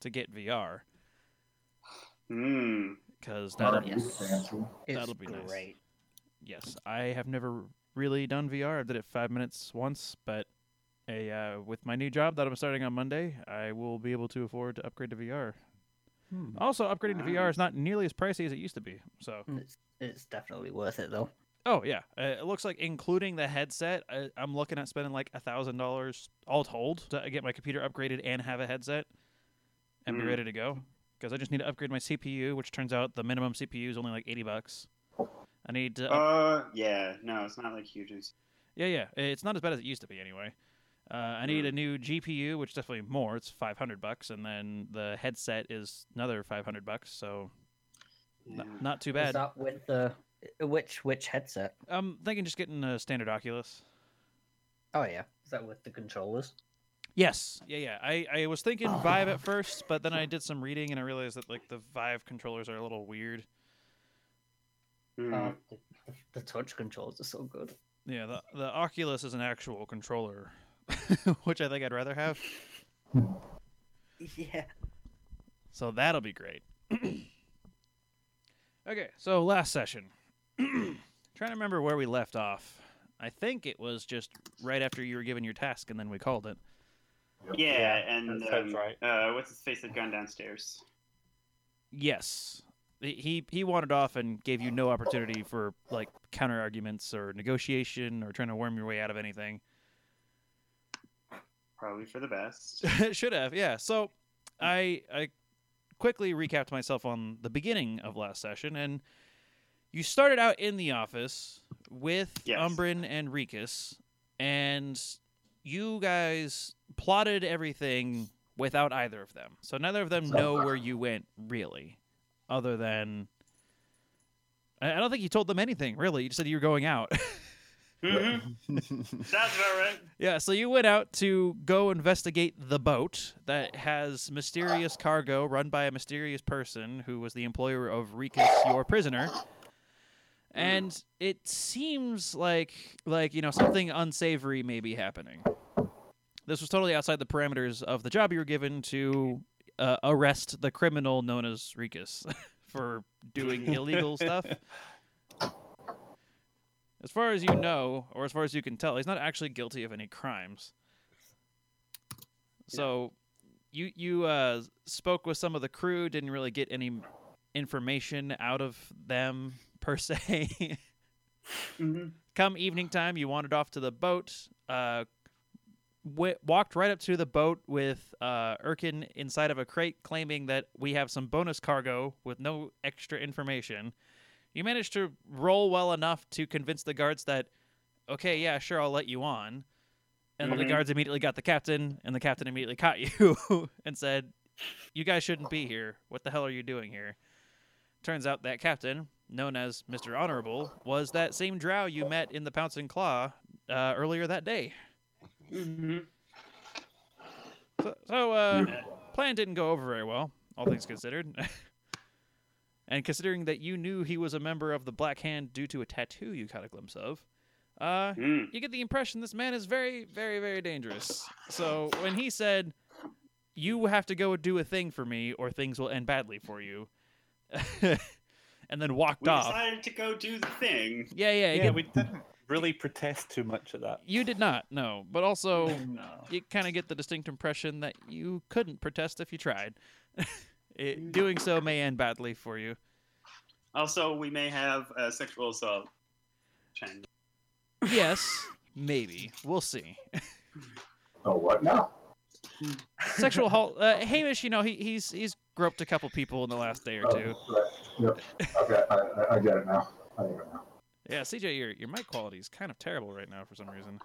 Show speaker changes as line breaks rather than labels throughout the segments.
to get VR
Mm.
because that'll
Hard yes.
Fancy.
It's
That'll be nice.
great.
yes, I have never really done VR. I did it five minutes once, but a uh, with my new job that I'm starting on Monday, I will be able to afford to upgrade to VR.
Hmm.
Also, upgrading to
Wow.
VR is not nearly as pricey as it used to be. So,
It's, it's definitely worth it though.
oh yeah, uh, it looks like including the headset, I, I'm looking at spending like a thousand dollars all told to get my computer upgraded and have a headset and be
Mm.
ready to go. Because I just need to upgrade my CPU, which turns out the minimum CPU is only like eighty bucks. I need to. up-
Uh, yeah, no, it's not like huge. ex-
yeah, yeah, it's not as bad as it used to be anyway. Uh, I need a
Mm.
new GPU, which is definitely more. It's five hundred bucks, and then the headset is another five hundred bucks. So
Yeah.
n- not too
Is
bad.
that with the which which headset?
I'm thinking just getting a standard Oculus.
Oh yeah. Is that with the controllers?
Yes. Yeah, yeah. I, I was thinking Vive at first, but then I did some reading and I realized that like the Vive controllers are a little weird.
Mm.
Oh, the, the- the touch controls are so good.
Yeah, the the Oculus is an actual controller, which I think I'd rather have.
Yeah.
So that'll be great. okay, so last session. Trying to remember where we left off. I think it was just right after you were given your task and then we called it.
yeah, and
that sounds
um,
right.
uh, what's his face had gone downstairs.
Yes. He he- he wandered off and gave you no opportunity for like counter arguments or negotiation or trying to worm your way out of anything.
Probably for the best.
Should have, yeah. So I I quickly recapped myself on the beginning of last session and you started out in the office with
Yes.
Umbrin and Rikus and you guys plotted everything without either of them. So neither of them know where you went really other than I I don't think you told them anything, really. You just said you were going out.
hmm Sounds about right.
Yeah, so you went out to go investigate the boat that has mysterious cargo run by a mysterious person who was the employer of Rikus, your prisoner. And it seems like like, you know, something unsavory may be happening. This was totally outside the parameters of the job you were given to uh, arrest the criminal known as Rikus for doing illegal stuff. As far as you know, or as far as you can tell, he's not actually guilty of any crimes. So, you you uh, spoke with some of the crew, didn't really get any information out of them per se.
hmm
Come evening time, you wandered off to the boat. Uh, w- walked right up to the boat with uh, Erkin inside of a crate, claiming that we have some bonus cargo with no extra information. You managed to roll well enough to convince the guards that, okay, yeah, sure, I'll let you on. And the
Mhm.
guards immediately got the captain, and the captain immediately caught you and said, You guys shouldn't be here. What the hell are you doing here? Turns out that captain, known as Mr. Honorable, was that same drow you met in the Pouncing Claw uh, earlier that day.
hmm
So, so uh, plan didn't go over very well, all things considered. and considering that you knew he was a member of the Black Hand due to a tattoo you caught a glimpse of, uh,
Mm.
you get the impression this man is very, very, very dangerous. So when he said, "You have to go do a thing for me, or things will end badly for you," and then walked
We
off.
decided to go do the thing.
Yeah, yeah, you
yeah,
get-
we didn't really protest too much at that.
you did not. No, but also
Oh, No.
you kind of get the distinct impression that you couldn't protest if you tried. it, doing so may end badly for you.
Also, we may have uh, sexual assault. Trying-
Yes, maybe. We'll see.
Oh, what now?
Sexual halt. Uh, Hamish, you know, he, he's he's groped a couple people in the last day or
Oh,
two.
right. Yep. Okay, I, I, I get it now. I get it now.
Yeah, CJ, your your mic quality is kind of terrible right now for some reason.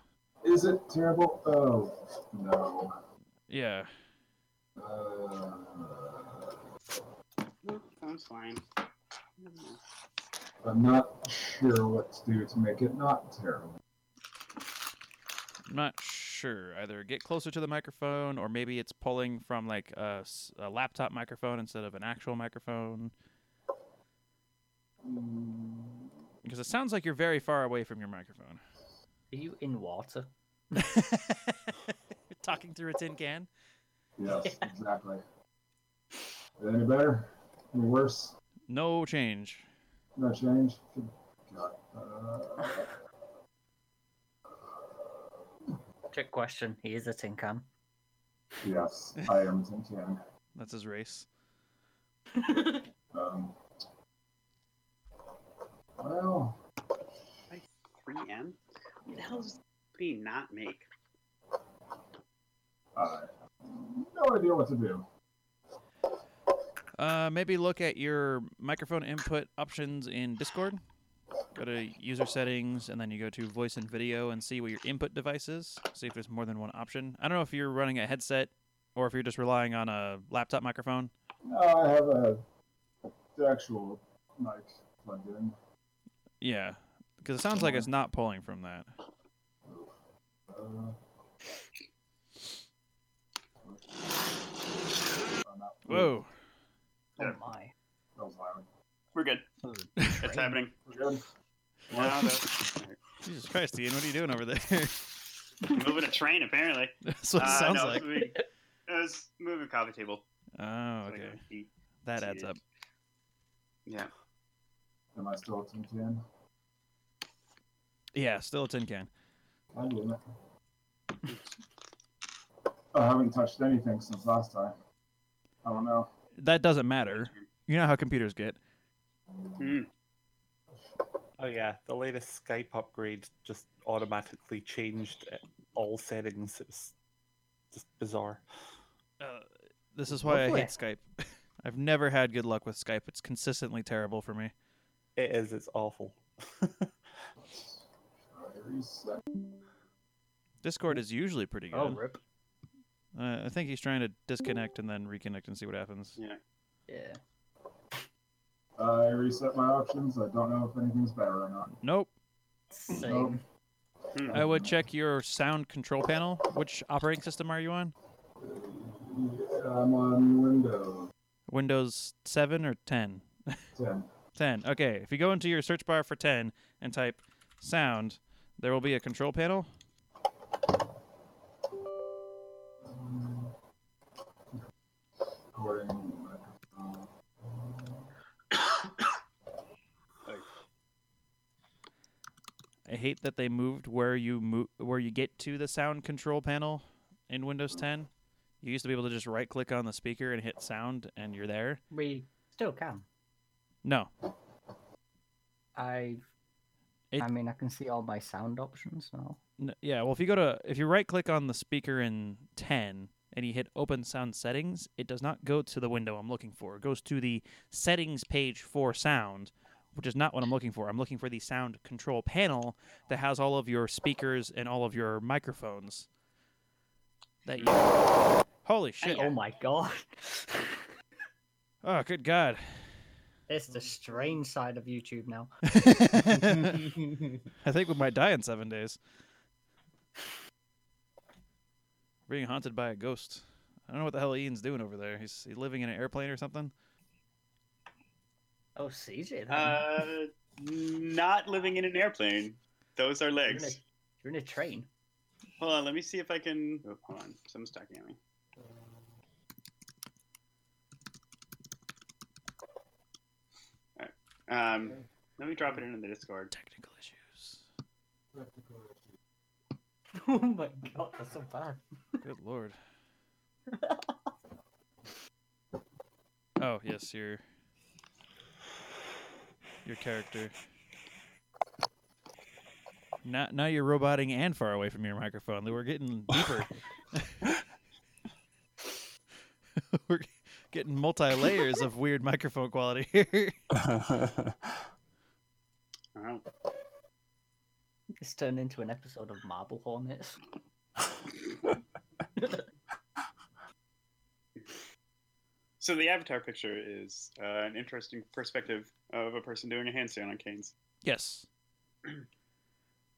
Is it terrible? Oh, no.
Yeah.
Uh,
Nope, Sounds fine.
I'm not sure what to do to make it not terrible.
I'm not sure. Either get closer to the microphone, or maybe it's pulling from like a, s- a laptop microphone instead of an actual microphone.
Mm,
Because it sounds like you're very far away from your microphone.
Are you in water?
Talking through a tin can.
Yes, exactly. Any better? Any worse?
No change.
No change? Good God. Uh,
Trick question. He is a tin can.
yes, I am Tin Can.
That's his race.
Um, well,
3M? What the hell does he not make?
I no idea what to do.
Uh, maybe look at your microphone input options in Discord. Go to user settings and then you go to voice and video and see what your input device is. See if there's more than one option. I don't know if you're running a headset or if you're just relying on a laptop microphone.
No, Uh, I have a the actual mic plugged in.
Yeah, because it sounds like it's not pulling from that.
Uh,
Whoa.
Oh
Yeah.
my.
That was loud.
We're good. It's happening.
We're good.
Now the-
Jesus Christ, Ian, what are you doing over there?
moving a train, apparently.
That's what it
Uh,
sounds
no,
like.
It was, moving, it was moving a coffee table.
Oh,
So I
okay.
go eat.
That
to
adds
eat.
up.
Yeah.
Am I still a tin can?
Yeah, still a tin can.
I didn't. I haven't touched anything since last time. I don't know.
That doesn't matter. You know how computers get.
Hmm.
Oh yeah, the latest Skype upgrade just automatically changed it- all settings. It was just bizarre.
Uh, this is why I
Lovely.
hate Skype. I've never had good luck with Skype. It's consistently terrible for me.
It is. It's awful.
Try reset.
Discord is usually pretty good.
Oh, rip.
uh, I think he's trying to disconnect and then reconnect and see what happens.
Yeah.
Yeah.
I reset my options. I don't know if anything's better or not.
Nope.
Mm-hmm.
Same.
Hmm.
I would check your sound control panel. Which operating system are you on?
Yeah, I'm on Windows
Windows 7 or 10?
10.
10. Okay. If you go into your search bar for 10 and type sound, there will be a control panel.
Recording.
I hate that they moved where you mo- where you get to the sound control panel in Windows 10. You used to be able to just right click on the speaker and hit sound and you're there.
We still can.
No.
I.
It-
I mean, I can see all my sound options now.
N- yeah, well if you go to if you right click on the speaker in 10 and you hit open sound settings, it does not go to the window I'm looking for. It goes to the settings page for sound, which is not what I'm looking for. I'm looking for the sound control panel that has all of your speakers and all of your microphones. That you Holy shit.
Oh my god.
Oh, good God.
it's the strange side of YouTube now.
I think we might die in seven days. Being haunted by a ghost. I don't know what the hell Ian's doing over there. He's he living in an airplane or something.
Oh, CJ. Then.
Uh, not living in an airplane. Those are
you're, in a,
legs.
you're in a train.
Hold on, let me see if I can. Oh, hold on, someone's talking at me. All right. Um, let me drop it into the Discord.
Technical issues.
oh my god, that's so bad.
Good lord. oh yes, your your character. Now now you're roboting and far away from your microphone. We're getting deeper. We're getting multi layers of weird microphone quality here.
Oh,
It's turned into an episode of Marble Hornets.
So the avatar picture is uh, an interesting perspective of a person doing a handstand on canes.
yes.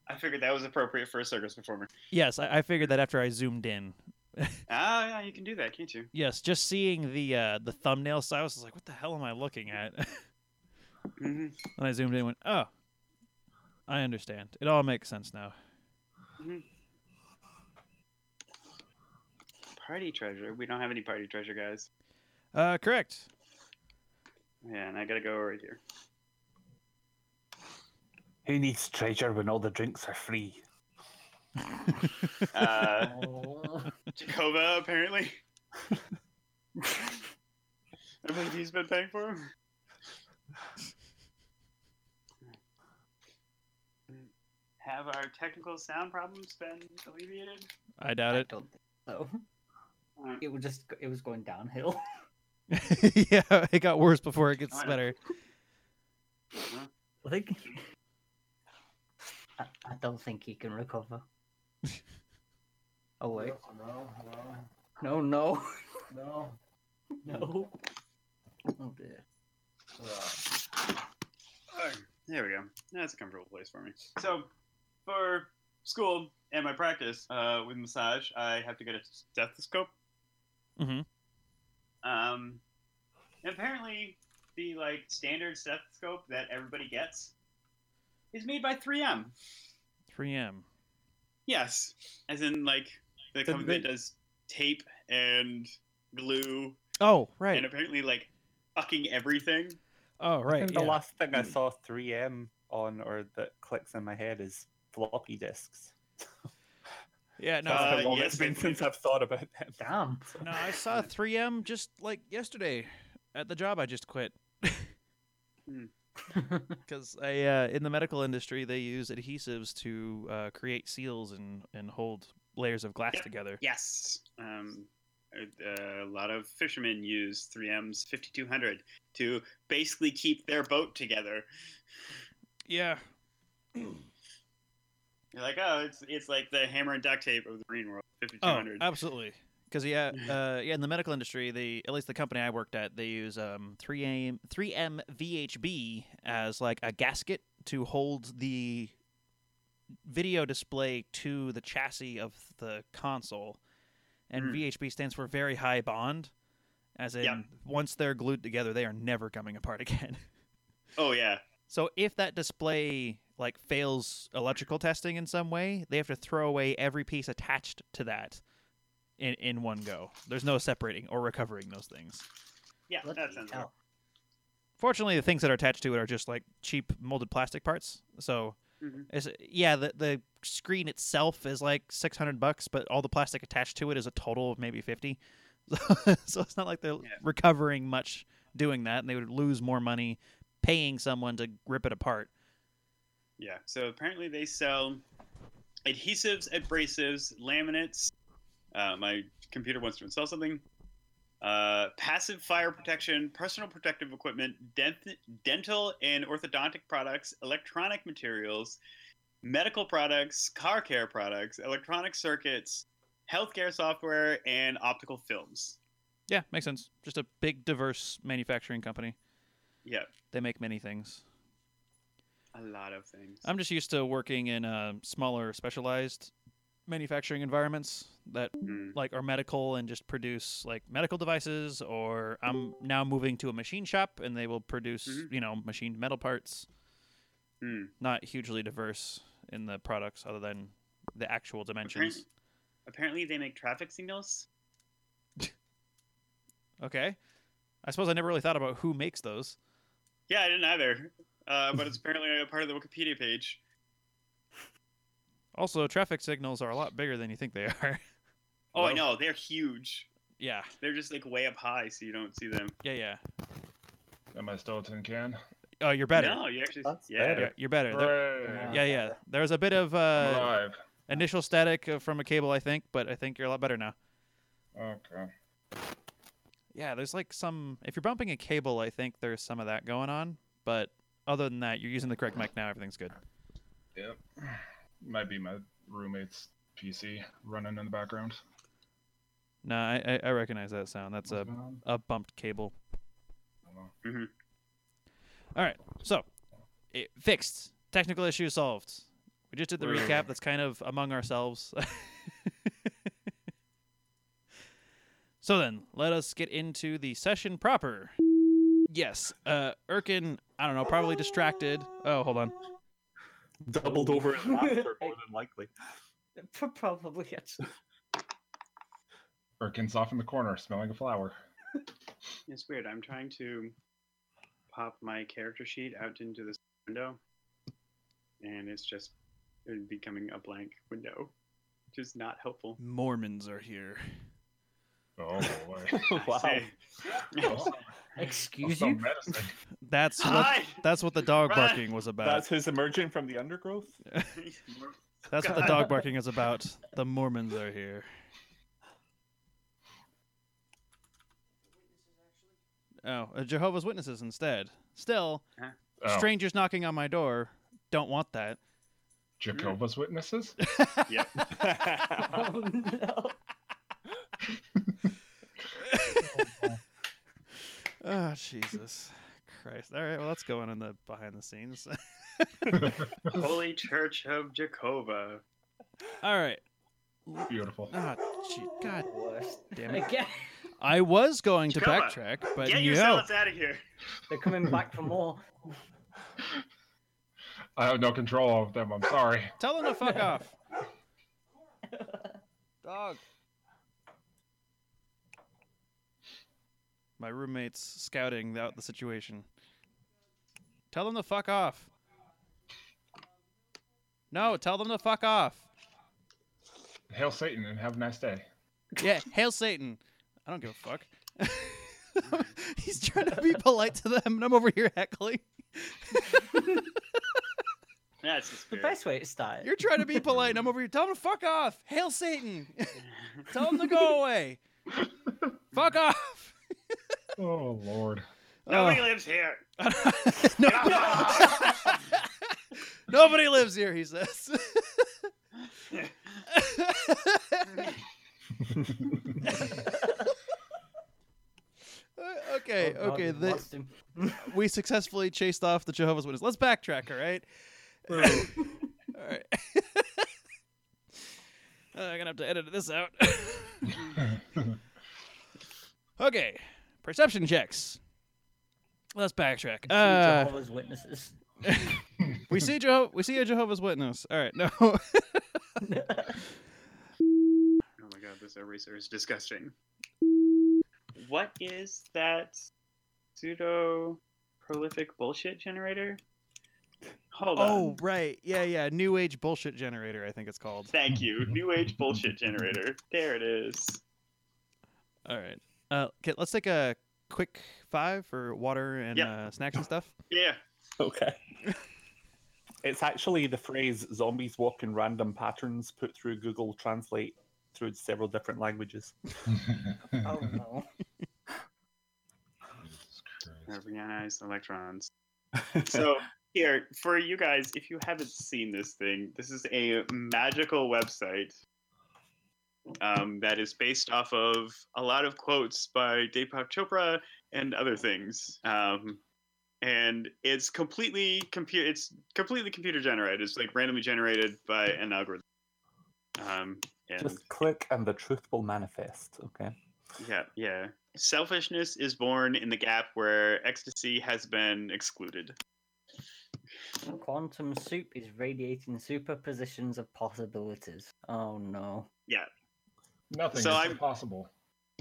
I figured that was appropriate for a circus performer.
Yes, I, I figured that after I zoomed in.
Ah, yeah, you can do that, can't you?
Yes, just seeing the uh, the thumbnail size I was like, what the hell am I looking at?
hmm
And I zoomed in and went, oh, I understand. It all makes sense now.
Party treasure. We don't have any party treasure, guys.
Uh, correct.
Yeah, and I gotta go right here.
Who needs treasure when all the drinks are free?
Uh,
Oh.
Jacoba, apparently. I believe he's been paying for him. Have our technical sound problems been alleviated?
I doubt
I
it.
don't think so.
Alright.
It was just it was going downhill.
yeah, it got worse before it gets
Alright.
better.
Uh,
I think. I, I don't think he can recover. oh wait, no,
No,
no,
no, no.
no. Oh dear.
Yeah.
Alright, There we go. That's a comfortable place for me. So, for school and my practice uh, with massage, I have to get a stethoscope.
Mhm.
Um, and apparently, the like standard stethoscope that everybody gets is made by 3M.
3M.
Yes, as in like the
The-
company
the-
that does tape and glue,
Oh
and
right.
apparently like fucking everything.
Oh right.
And the
Yeah.
last thing I saw 3M on or that clicks in my head is floppy disks.
yeah. No.
Uh,
That's how long
yes,
it's been
they-
since I've thought about them.
Damn.
No, I saw 3M just like yesterday at the job I just quit. Because I, uh, in the medical industry, they use adhesives to uh, create seals and, and hold layers of glass
Yeah.
together.
Yes. Um, uh, a, a lot of fishermen use 3M's 5200 to basically keep their boat together.
Yeah.
You're like, oh, it's it's like the hammer and duct tape of the marine world.
Oh,
5200.
absolutely. Because yeah, uh, yeah, in the medical industry, they at least the company I worked at, they use um 3M 3M VHB as like a gasket to hold the video display to the chassis of the console, and
Mm.
VHB stands for very high bond, as in
Yep.
once they're glued together, they are never coming apart again.
oh yeah.
So if that display like fails electrical testing in some way, they have to throw away every piece attached to that in in one go. There's no separating or recovering those things.
Yeah,
Bloody
that sounds right.
hell.
Fortunately, the things that are attached to it are just like cheap molded plastic parts. So
Mhm.
it's, yeah, the the screen itself is like 600 bucks, but all the plastic attached to it is a total of maybe 50. So, so it's not like they're
Yeah.
recovering much doing that and they would lose more money paying someone to rip it apart.
Yeah. So apparently they sell adhesives, abrasives, laminates. Uh, my computer wants to install something. Uh, passive fire protection, personal protective equipment, dent- dental and orthodontic products, electronic materials, medical products, car care products, electronic circuits, healthcare software, and optical films.
Yeah, makes sense. Just a big, diverse manufacturing company.
Yeah,
They make many things.
a lot of things.
I'm just used to working in uh, smaller, specialized manufacturing environments that
Mm.
like are medical and just produce like medical devices. Or I'm now moving to a machine shop and they will produce
Mhm.
you know machined metal parts.
Mm.
Not hugely diverse in the products other than the actual dimensions.
Apparently, they make traffic signals.
Okay. I suppose I never really thought about who makes those.
Yeah, I didn't either. Uh, but it's apparently a part of the Wikipedia page.
Also, traffic signals are a lot bigger than you think they are.
Oh, I
Hello?
know. They're huge.
yeah,
They're just like way up high, so you don't see them.
yeah, yeah.
Am I still a tin can?
Oh, you're better.
No, you actually.
That's
yeah.
Yeah,
better.
you're better. There-
Hooray!
yeah, yeah. There was a bit of uh,
Alive.
initial static uh, from a cable, I think, but I think you're a lot better now.
Okay.
Yeah, there's like some. If you're bumping a cable, I think there's some of that going on. But other than that, you're using the correct mic now. Everything's good.
Yep. Might be my roommate's PC running in the background.
No, I, I, I recognize that sound. That's a,
What's going on?
a bumped cable.
I don't know.
So, it, fixed. Technical issue solved. We just did the
Wait, wait,
recap. That's kind of among ourselves. so then, let us get into the session proper. Yes, uh, Erkin. I don't know. Probably distracted. Oh, hold on.
Doubled over in laughter, more than likely.
Pro- Probably yes.
Birkin's off in the corner smelling a flower.
It's weird. I'm trying to pop my character sheet out into this window, and it's just it's becoming a blank window, which is not helpful.
Mormons are here.
Oh boy.
Wow.
Say-
Excuse
Also
you?
medicine.
That's what
Hi!
that's what the dog
Run!
barking was about.
That's who's emerging from the undergrowth.
That's what the dog barking is about. The Mormons are here. Oh, uh, Jehovah's Witnesses instead. Still,
Oh,
strangers knocking on my door. Don't want that.
Oh, Jehovah's Witnesses?
Yep.
Oh, no.
Oh, Jesus Christ. All right, well, that's going in the behind the scenes.
Holy Church of Jehovah.
All right.
Beautiful.
Oh, gee, God
Worst.
damn it.
Again,
I was going to
Jehovah,
backtrack, but you
Get
know.
yourselves out of here.
they're coming back for more.
I have no control of them. I'm sorry.
Tell them to fuck off. Dog. My roommate's scouting out the situation. Tell them to fuck off. No, tell them to fuck off.
Hail Satan and have a nice day.
Yeah, hail Satan. I don't give a fuck. He's trying to be polite to them, and I'm over here heckling.
That's the
The
spirit.
best way to start.
You're trying to be polite, and I'm over here. Tell them to fuck off. Hail Satan. tell them to go away. fuck off.
Oh Lord.
Nobody lives here.
No- Nobody lives here, he says. Uh, okay,
Oh, God,
okay.
we've
the-
lost him.
we successfully chased off the Jehovah's Witness. Let's backtrack, all right? all right. Uh, I'm going to have to edit this out. okay, perception checks. Let's backtrack.
See
Uh,
Jehovah's Witnesses.
we see Jeho- we see a Jehovah's Witness. All right, no.
Oh my god, this eraser is disgusting. What is that pseudo prolific bullshit generator? Hold
oh,
on.
right. Yeah, yeah. New Age bullshit generator, I think it's called.
Thank you. New age bullshit generator. There it is.
All right. Uh, okay, let's take a quick five for water and
Yep.
uh, snacks and stuff.
Yeah.
Okay. It's actually the phrase zombies walk in random patterns put through Google Translate through several different languages.
Oh no.
Jesus Christ.
Organized electrons. So here, for you guys, if you haven't seen this thing, this is a magical website um, that is based off of a lot of quotes by Deepak Chopra and other things. Um, and it's completely computer it's completely computer generated. It's like randomly generated by an algorithm. Um, and
Just click and the truth will manifest. Okay.
yeah, yeah. Selfishness is born in the gap where ecstasy has been excluded.
Quantum soup is radiating superpositions of possibilities. Oh no.
Nothing
So
is
I'm-
impossible.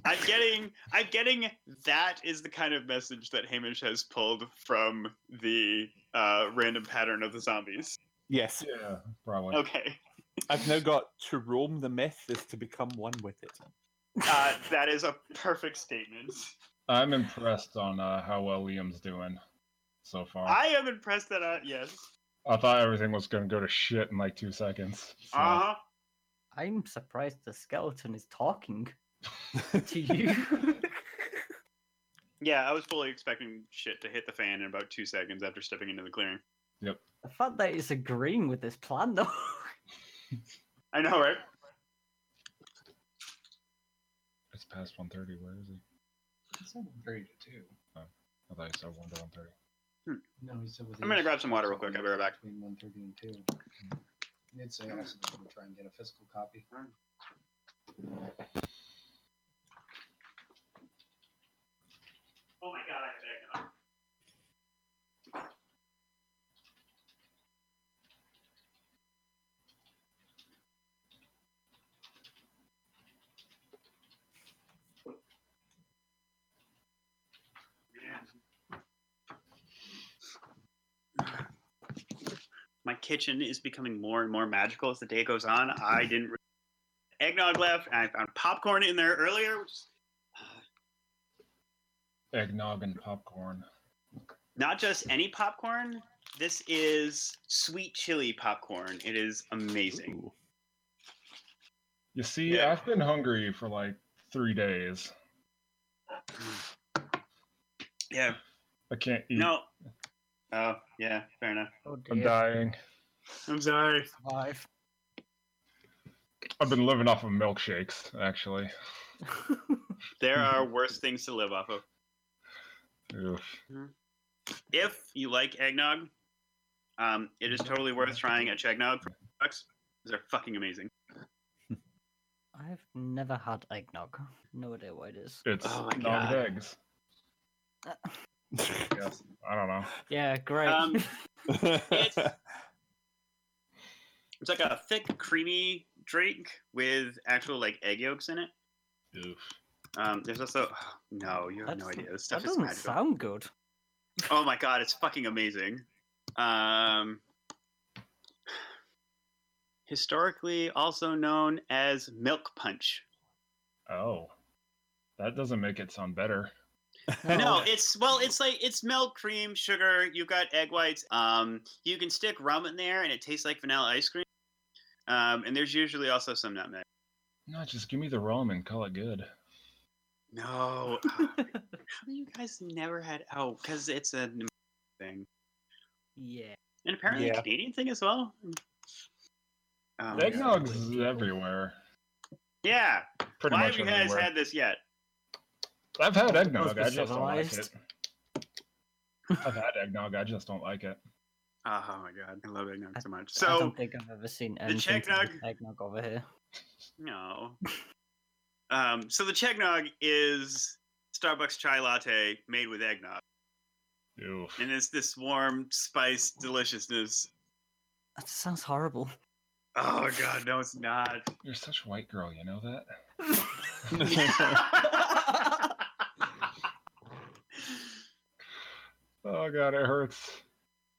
I'm getting, I'm getting. That is the kind of message that Hamish has pulled from the uh, random pattern of the zombies.
Yes.
Yeah, probably.
Okay,
I've now got to roam the myth is to become one with it.
uh, that is a perfect statement.
I'm impressed on uh, how well Liam's doing so far. I,
I am impressed that. I, yes.
thought everything was gonna go to shit in like two seconds. so-
Uh huh.
I'm surprised the skeleton is talking
Uh-huh.
to you.
Yeah, I was fully expecting shit to hit the fan in about two seconds after stepping into the clearing.
the fact that it's agreeing with this plan though.
I know, right?
It's past 1.30. Where is he? It's 1.30 to 2. Oh, I thought you said 1 to 1.30.
No, he said with
I'm gonna grab some water real quick, I'll be right back.
Between 1:30 and 2. He did say also that he would try and get a physical copy.
Oh my god, I have kitchen is becoming more and more magical as the day goes on. I didn't re- eggnog left, and I found popcorn in there earlier. Which is
Eggnog and popcorn.
not just any popcorn. This is sweet chili popcorn. It is amazing.
You see,
Yeah.
I've been hungry for like three days.
Yeah.
I can't
Hmm.
eat.
No. Oh yeah, fair enough.
Oh
I'm
dear.
dying.
I'm sorry.
Five.
I've been living off of milkshakes, actually.
There are worse things to live off of.
Oof.
If you like eggnog, um, it is totally worth trying a eggnog for bucks. These are fucking amazing.
I've never had eggnog. No idea what it is.
It's
Oh my
eggnog
God.
with eggs. I guess. I don't know.
Yeah, great.
Um, It's like a thick, creamy drink with actual like egg yolks in it.
Oof.
Um, there's also no, you have no
That's-
idea. This
that
stuff is
doesn't
magical.
sound good.
Oh my god, it's fucking amazing. Um, historically, also known as milk punch.
Oh. That doesn't make it sound better.
Oh.
Oh.
No, it's well, it's like it's milk, cream, sugar. You've got egg whites. Um, you can stick rum in there, and it tastes like vanilla ice cream. Um, and there's usually also some nutmeg.
No, just give me the rum and call it good.
No, how do you guys never had? Oh, because it's a thing,
yeah.
and apparently
Yeah.
a Canadian thing as well. Um,
Eggnog's everywhere.
yeah.
Pretty
Why
much
have you guys
everywhere.
had this yet?
I've had eggnog. I
Must
just
be
don't like it.
civilized.
I've had eggnog. I just don't like it.
Oh, my god, I love eggnog so much.
I
So
don't think I've ever seen anything to
eggnog-
do with eggnog over here.
no. Um, so the Chegnog is Starbucks chai latte made with eggnog,
Oof.
and it's this warm, spiced deliciousness.
That sounds horrible.
Oh god, no, it's not.
You're such a white girl. You know that. Oh god, it hurts.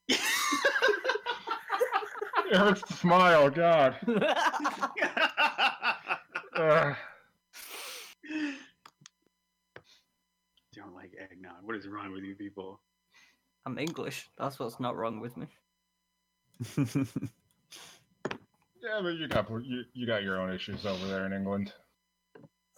It hurts to smile. God. Ugh.
Don't like eggnog. What is wrong with you people?
I'm English. That's what's not wrong with me.
yeah, but you got you, you got your own issues over there in England.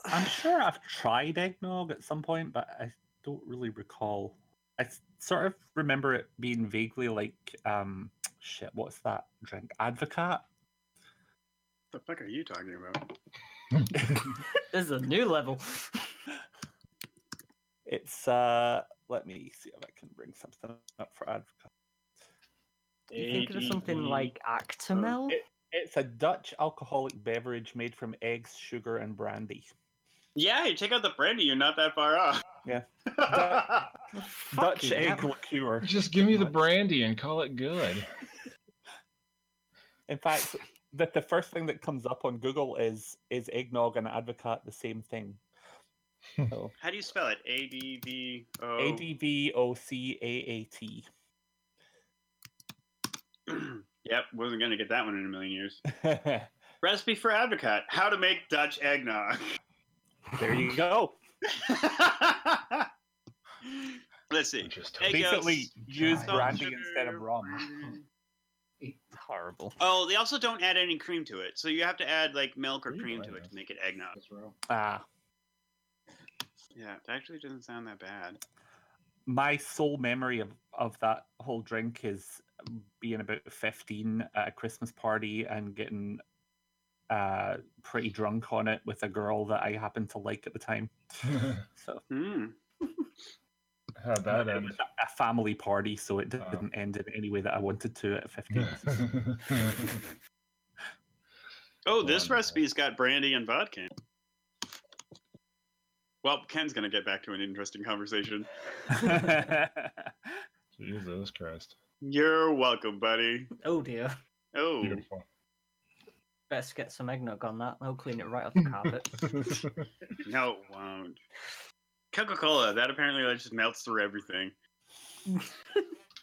I'm sure I've tried eggnog at some point, but I don't really recall. I s- sort of remember it being vaguely like, um, shit, what's that drink? Advocat?
What the fuck are you talking about?
There's a new level.
It's, uh, let me see if I can bring something up for Advocat.
You think of something like Actimel?
It- it's a Dutch alcoholic beverage made from eggs, sugar, and brandy.
Yeah, you take out the brandy, you're not that far off.
Yeah.
Yeah.
Dutch
Fucking
egg
hell.
liqueur.
Just give me the
What?
brandy and call it good.
In fact, that the first thing that comes up on Google is is eggnog and advocat the same thing. So
How do you spell it? A D V
Oh.
O.
A D V O C A A T.
Yep, wasn't gonna get that one in a million years. Recipe for advocate: How to make Dutch eggnog.
There you go.
Let's see.
Just
Egg
Basically,
yolks,
use
giant
brandy instead of rum.
brandy.
It's horrible.
Oh, they also don't add any cream to it, so you have to add like milk or
Ooh,
cream
I
to it
know.
to make it eggnog.
That's real.
Ah,
Yeah, it actually doesn't sound that bad.
my sole memory of of that whole drink is being about fifteen at a Christmas party and getting uh pretty drunk on it with a girl that I happened to like at the time. So
Hmm.
How'd that
it
end?
was a- a family party, so it
Oh.
didn't end in any way that I wanted to at 15.
Oh, this
Wonderful.
recipe's got brandy and vodka. in it. Well, Ken's gonna get back to an interesting conversation.
Jesus Christ.
You're welcome, buddy.
Oh dear.
Oh,
Beautiful.
Best get some eggnog on that. I'll clean it right off the carpet.
no, it won't. Coca Cola, that apparently like, just melts through everything.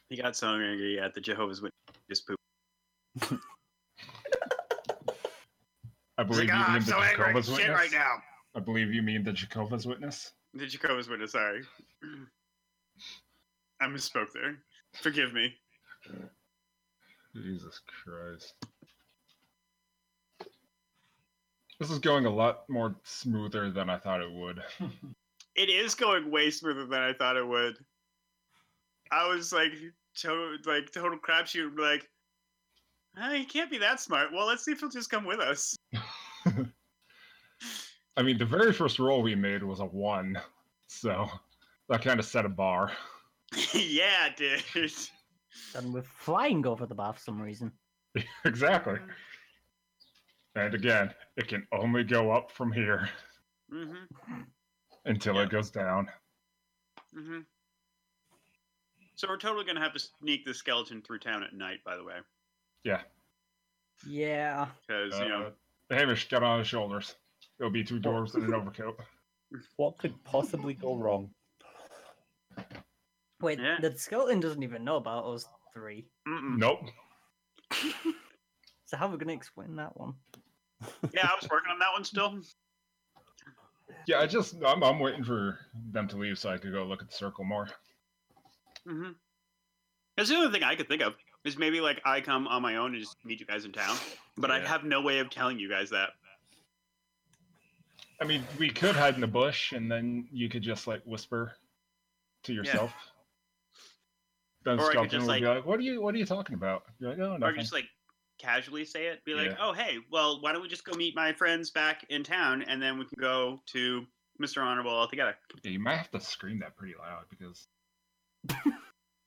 he got so angry at the Jehovah's Witness poop.
I
He's
believe
like,
you
"Ah,
mean
I'm
the
so angry
Jehovah's
as shit
Witness.
right now.
I believe you mean the Jehovah's Witness.
The Jacobus Witness, sorry. I misspoke there. Forgive me.
Jesus Christ. This is going a lot more smoother than I thought it would.
It is going way smoother than I thought it would. I was like total like total crapshoot and be like, "Ah, he can't be that smart. Well, let's see if he'll just come with us.
I mean, the very first roll we made was a one, so that kind of set a bar.
yeah, dude.
And we're flying over the bar for some reason.
exactly. And again, it can only go up from here
hmm
until
Yeah.
it goes down.
hmm So we're totally gonna have to sneak the skeleton through town at night, by the way,
Yeah.
because you know.
Uh, Hamish, get on his shoulders. It'll be two dwarves and an overcoat.
What could possibly go wrong?
Wait,
Yeah.
the skeleton doesn't even know about us three.
Mm-mm.
Nope.
So how are we gonna explain that one?
Yeah, I was working on that one still.
Yeah, I just I'm, I'm waiting for them to leave so I could go look at the circle more.
hmm That's the only thing I could think of is maybe like I come on my own and just meet you guys in town, but I
Yeah.
have no way of telling you guys that.
I mean, we could hide in the bush and then you could just like whisper to yourself. Then
Or I could
Skelton
just,
would be like, "What are you? What are you talking about?" You're like, "Oh,
Or
nothing."
just like casually say it, be like,
Yeah.
"Oh, hey, well, why don't we just go meet my friends back in town, and then we can go to Mr. Honorable all together."
Yeah, you might have to scream that pretty loud because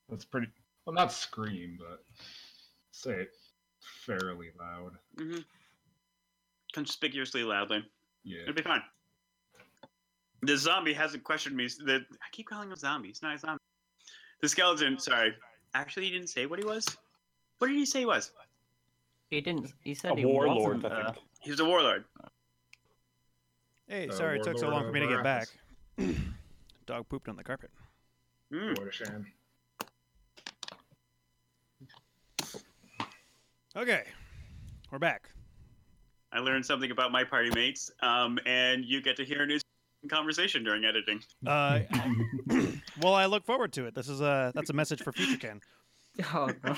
that's pretty. Well, not scream, but say it fairly loud.
hmm Conspicuously loudly,
Yeah.
it'd be fine. The zombie hasn't questioned me. s- The I keep calling him zombie. He's not a zombie. The skeleton. Sorry, actually, he didn't say what he was. What did he say he was?
He didn't. He said
A
he
warlord,
wasn't.
I
uh,
think.
He was a warlord.
Hey,
Uh,
sorry it took so
Warlord
long for me to
over
get back.
Athos.
Dog pooped on the carpet.
Mm.
What a shame.
Okay, we're back.
I learned something about my party mates, um, and you get to hear a new conversation during editing.
Uh, well, I look forward to it. This is a that's a message for future Ken.
oh, no.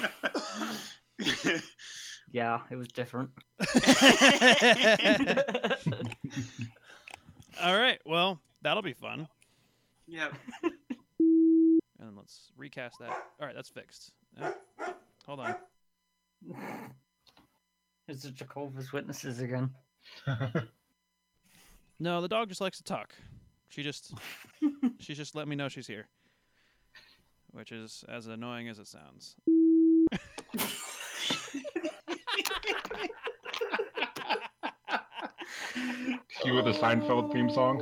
Yeah, it was different.
All right, well that'll be fun.
yeah.
And then let's recast that. All right, that's fixed. Uh, hold on.
It's the Jehovah's Witnesses again.
No, the dog just likes to talk. She just she's just let me know she's here, which is as annoying as it sounds.
Cue with the Seinfeld theme song.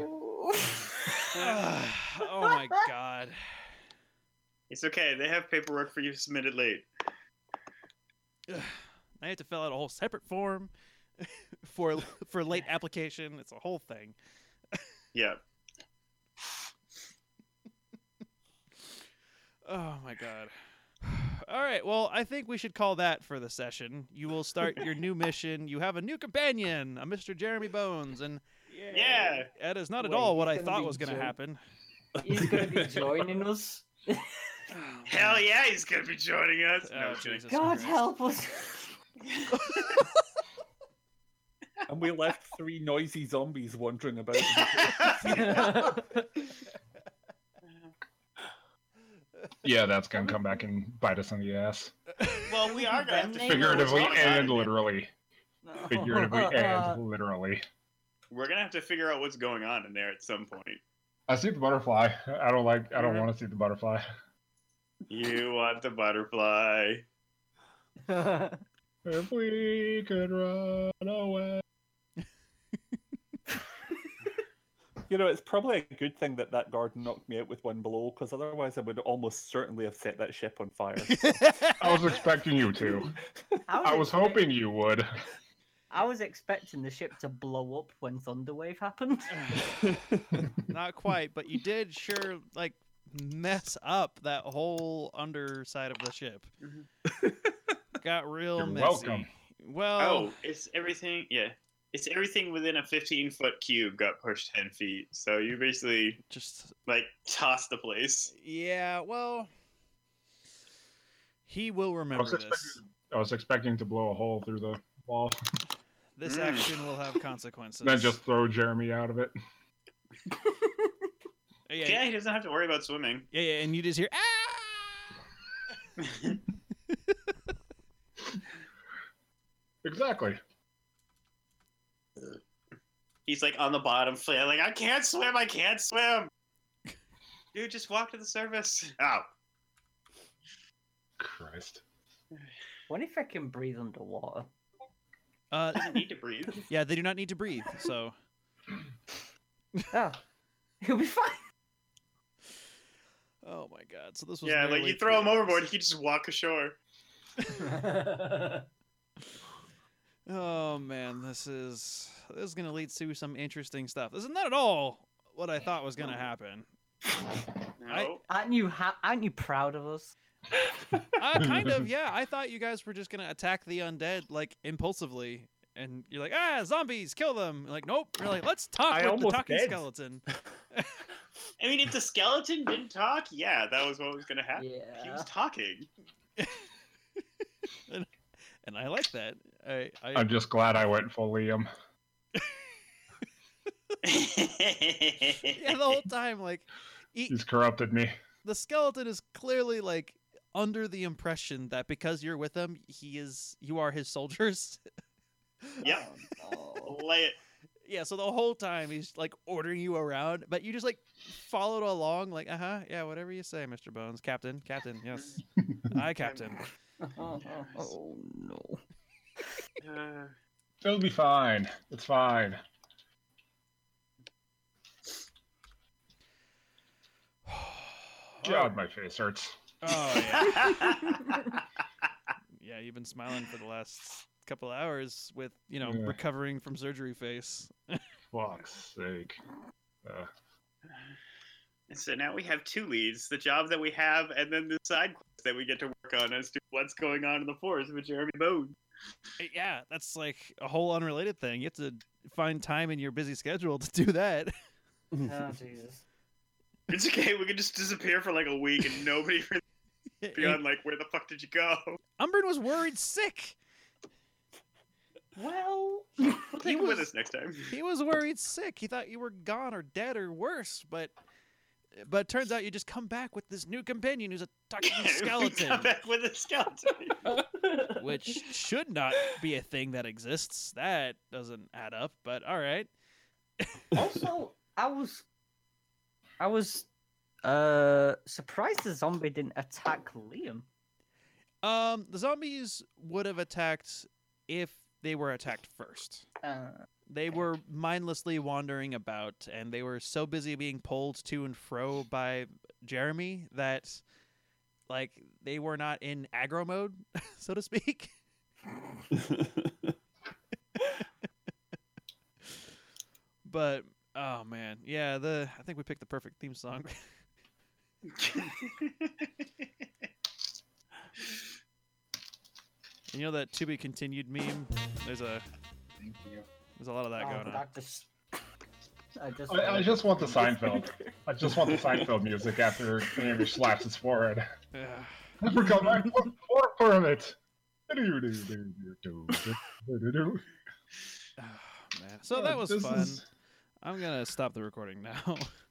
oh my god.
It's okay. They have paperwork for you submitted late.
Ugh. I had to fill out a whole separate form for for late application. It's a whole thing.
Yeah.
Oh my god. All right. Well, I think we should call that for the session. You will start your new mission. You have a new companion, a Mr. Jeremy Bones, and
Yeah.
that is not at
Wait,
all what
he's
I
gonna
thought
be
was going to
Jer-
happen.
He's gonna be joining us.
Oh, Hell yeah, he's gonna be joining us. No,
Oh,
I'm kidding.
Jesus
God
Christ.
help us.
And we left three noisy zombies wandering about.
Yeah, that's gonna come back and bite us in the ass,
well, we are gonna have to
Then they
figure out what's
figuratively
going on
and
in there.
literally.
Uh,
Figuratively and literally.
We're gonna have to figure out what's going on in there at some point.
I see the butterfly. I don't like. I don't
Mhm.
want to see the butterfly.
You want the butterfly?
If we could run away.
you know, it's probably a good thing that that guard knocked me out with one blow, because otherwise I would almost certainly have set that ship on fire.
I was expecting you to. I was
expect-
hoping you would.
I was expecting the ship to blow up when Thunderwave happened.
Not quite, but you did sure like
Mm-hmm.
mess up that whole underside of the ship. got real
You're
messy.
welcome.
Well,
Oh, it's everything. Yeah, it's everything within a 15 foot cube got pushed 10 feet. So you basically
just
like tossed the place.
yeah. Well, he will
I
remember
was,
this.
expecting, I was expecting to blow a hole through the wall,
This
Mm.
action will have consequences.
then just throw Jeremy out of it.
yeah,
Yeah.
yeah,
he doesn't have to worry about swimming.
yeah, yeah, and you just hear ah.
Exactly.
He's like on the bottom, flailing. I can't swim. I can't swim. Dude, just walk to the surface. Ow.
Christ.
What if I can breathe underwater?
Uh,
Doesn't need to breathe.
yeah, they do not need to breathe. So
Oh, he'll be fine.
oh my god. So this was
Yeah, like
nearly
you throw him
three
overboard,
hours.
he can just walk ashore.
Oh man, this is this is gonna lead to some interesting stuff. This is not at all what I thought was gonna happen.
No.
I-
aren't you ha- aren't you proud of us?
Uh, kind of, yeah. I thought you guys were just gonna attack the undead like impulsively, and you're like, ah, zombies, kill them. Like, nope. You're like, let's talk
I
with the
almost
talking
did.
skeleton.
I mean, if the skeleton didn't talk, yeah, that was what was gonna happen. He
Yeah.
was talking.
And I like that. I, I
I'm just glad I went full Liam.
yeah, the whole time like, he,
He's corrupted me.
the skeleton is clearly like under the impression that because you're with him, he is you are his soldiers.
Yep.
Oh,
Lay it.
Yeah, so the whole time he's like ordering you around, but you just like followed along, like, uh huh, yeah, whatever you say, Mr. Bones. Captain, Captain, yes. I, Captain.
no. oh no.
Uh,
It'll be fine. It's fine. God, my face hurts.
Oh, yeah.
yeah.
Yeah, you've been smiling for the last couple hours with, you know,
Yeah.
recovering from surgery face.
Fuck's sake. Uh,
so now we have two leads: the job that we have, and then the side quest that we get to work on as to what's going on in the forest with Jeremy Bone.
Uh, Yeah, that's like a whole unrelated thing. You have to find time in your busy schedule to do that.
Oh Jesus.
It's okay. We can just disappear for like a week, and nobody really beyond like, where the fuck did you go?
Umbrin was worried sick.
Well,
We'll
He
take him with
was-
us next time.
He was worried sick. He thought you were gone or dead or worse, but but it turns out you just come back with this new companion who's a talking skeleton,
Come back with a skeleton.
which should not be a thing that exists. That doesn't add up, but all right.
also, I was, I was, uh, surprised the zombie didn't attack Liam.
Um, the zombies would have attacked if they were attacked first.
Uh,
They
Okay.
were mindlessly wandering about, and they were so busy being pulled to and fro by Jeremy that, like, they were not in aggro mode, so to speak. But oh man, yeah, the I think we picked the perfect theme song. you know that to be continued meme. There's a
Thank you.
there's a lot of that
oh,
going on.
that just- I just,
I, I just want the Seinfeld. I just want the Seinfeld music after Andrew slaps his forehead.
Ugh.
Never come back for, for, for it. So
Oh, man. So that was fun. I'm gonna stop the recording now.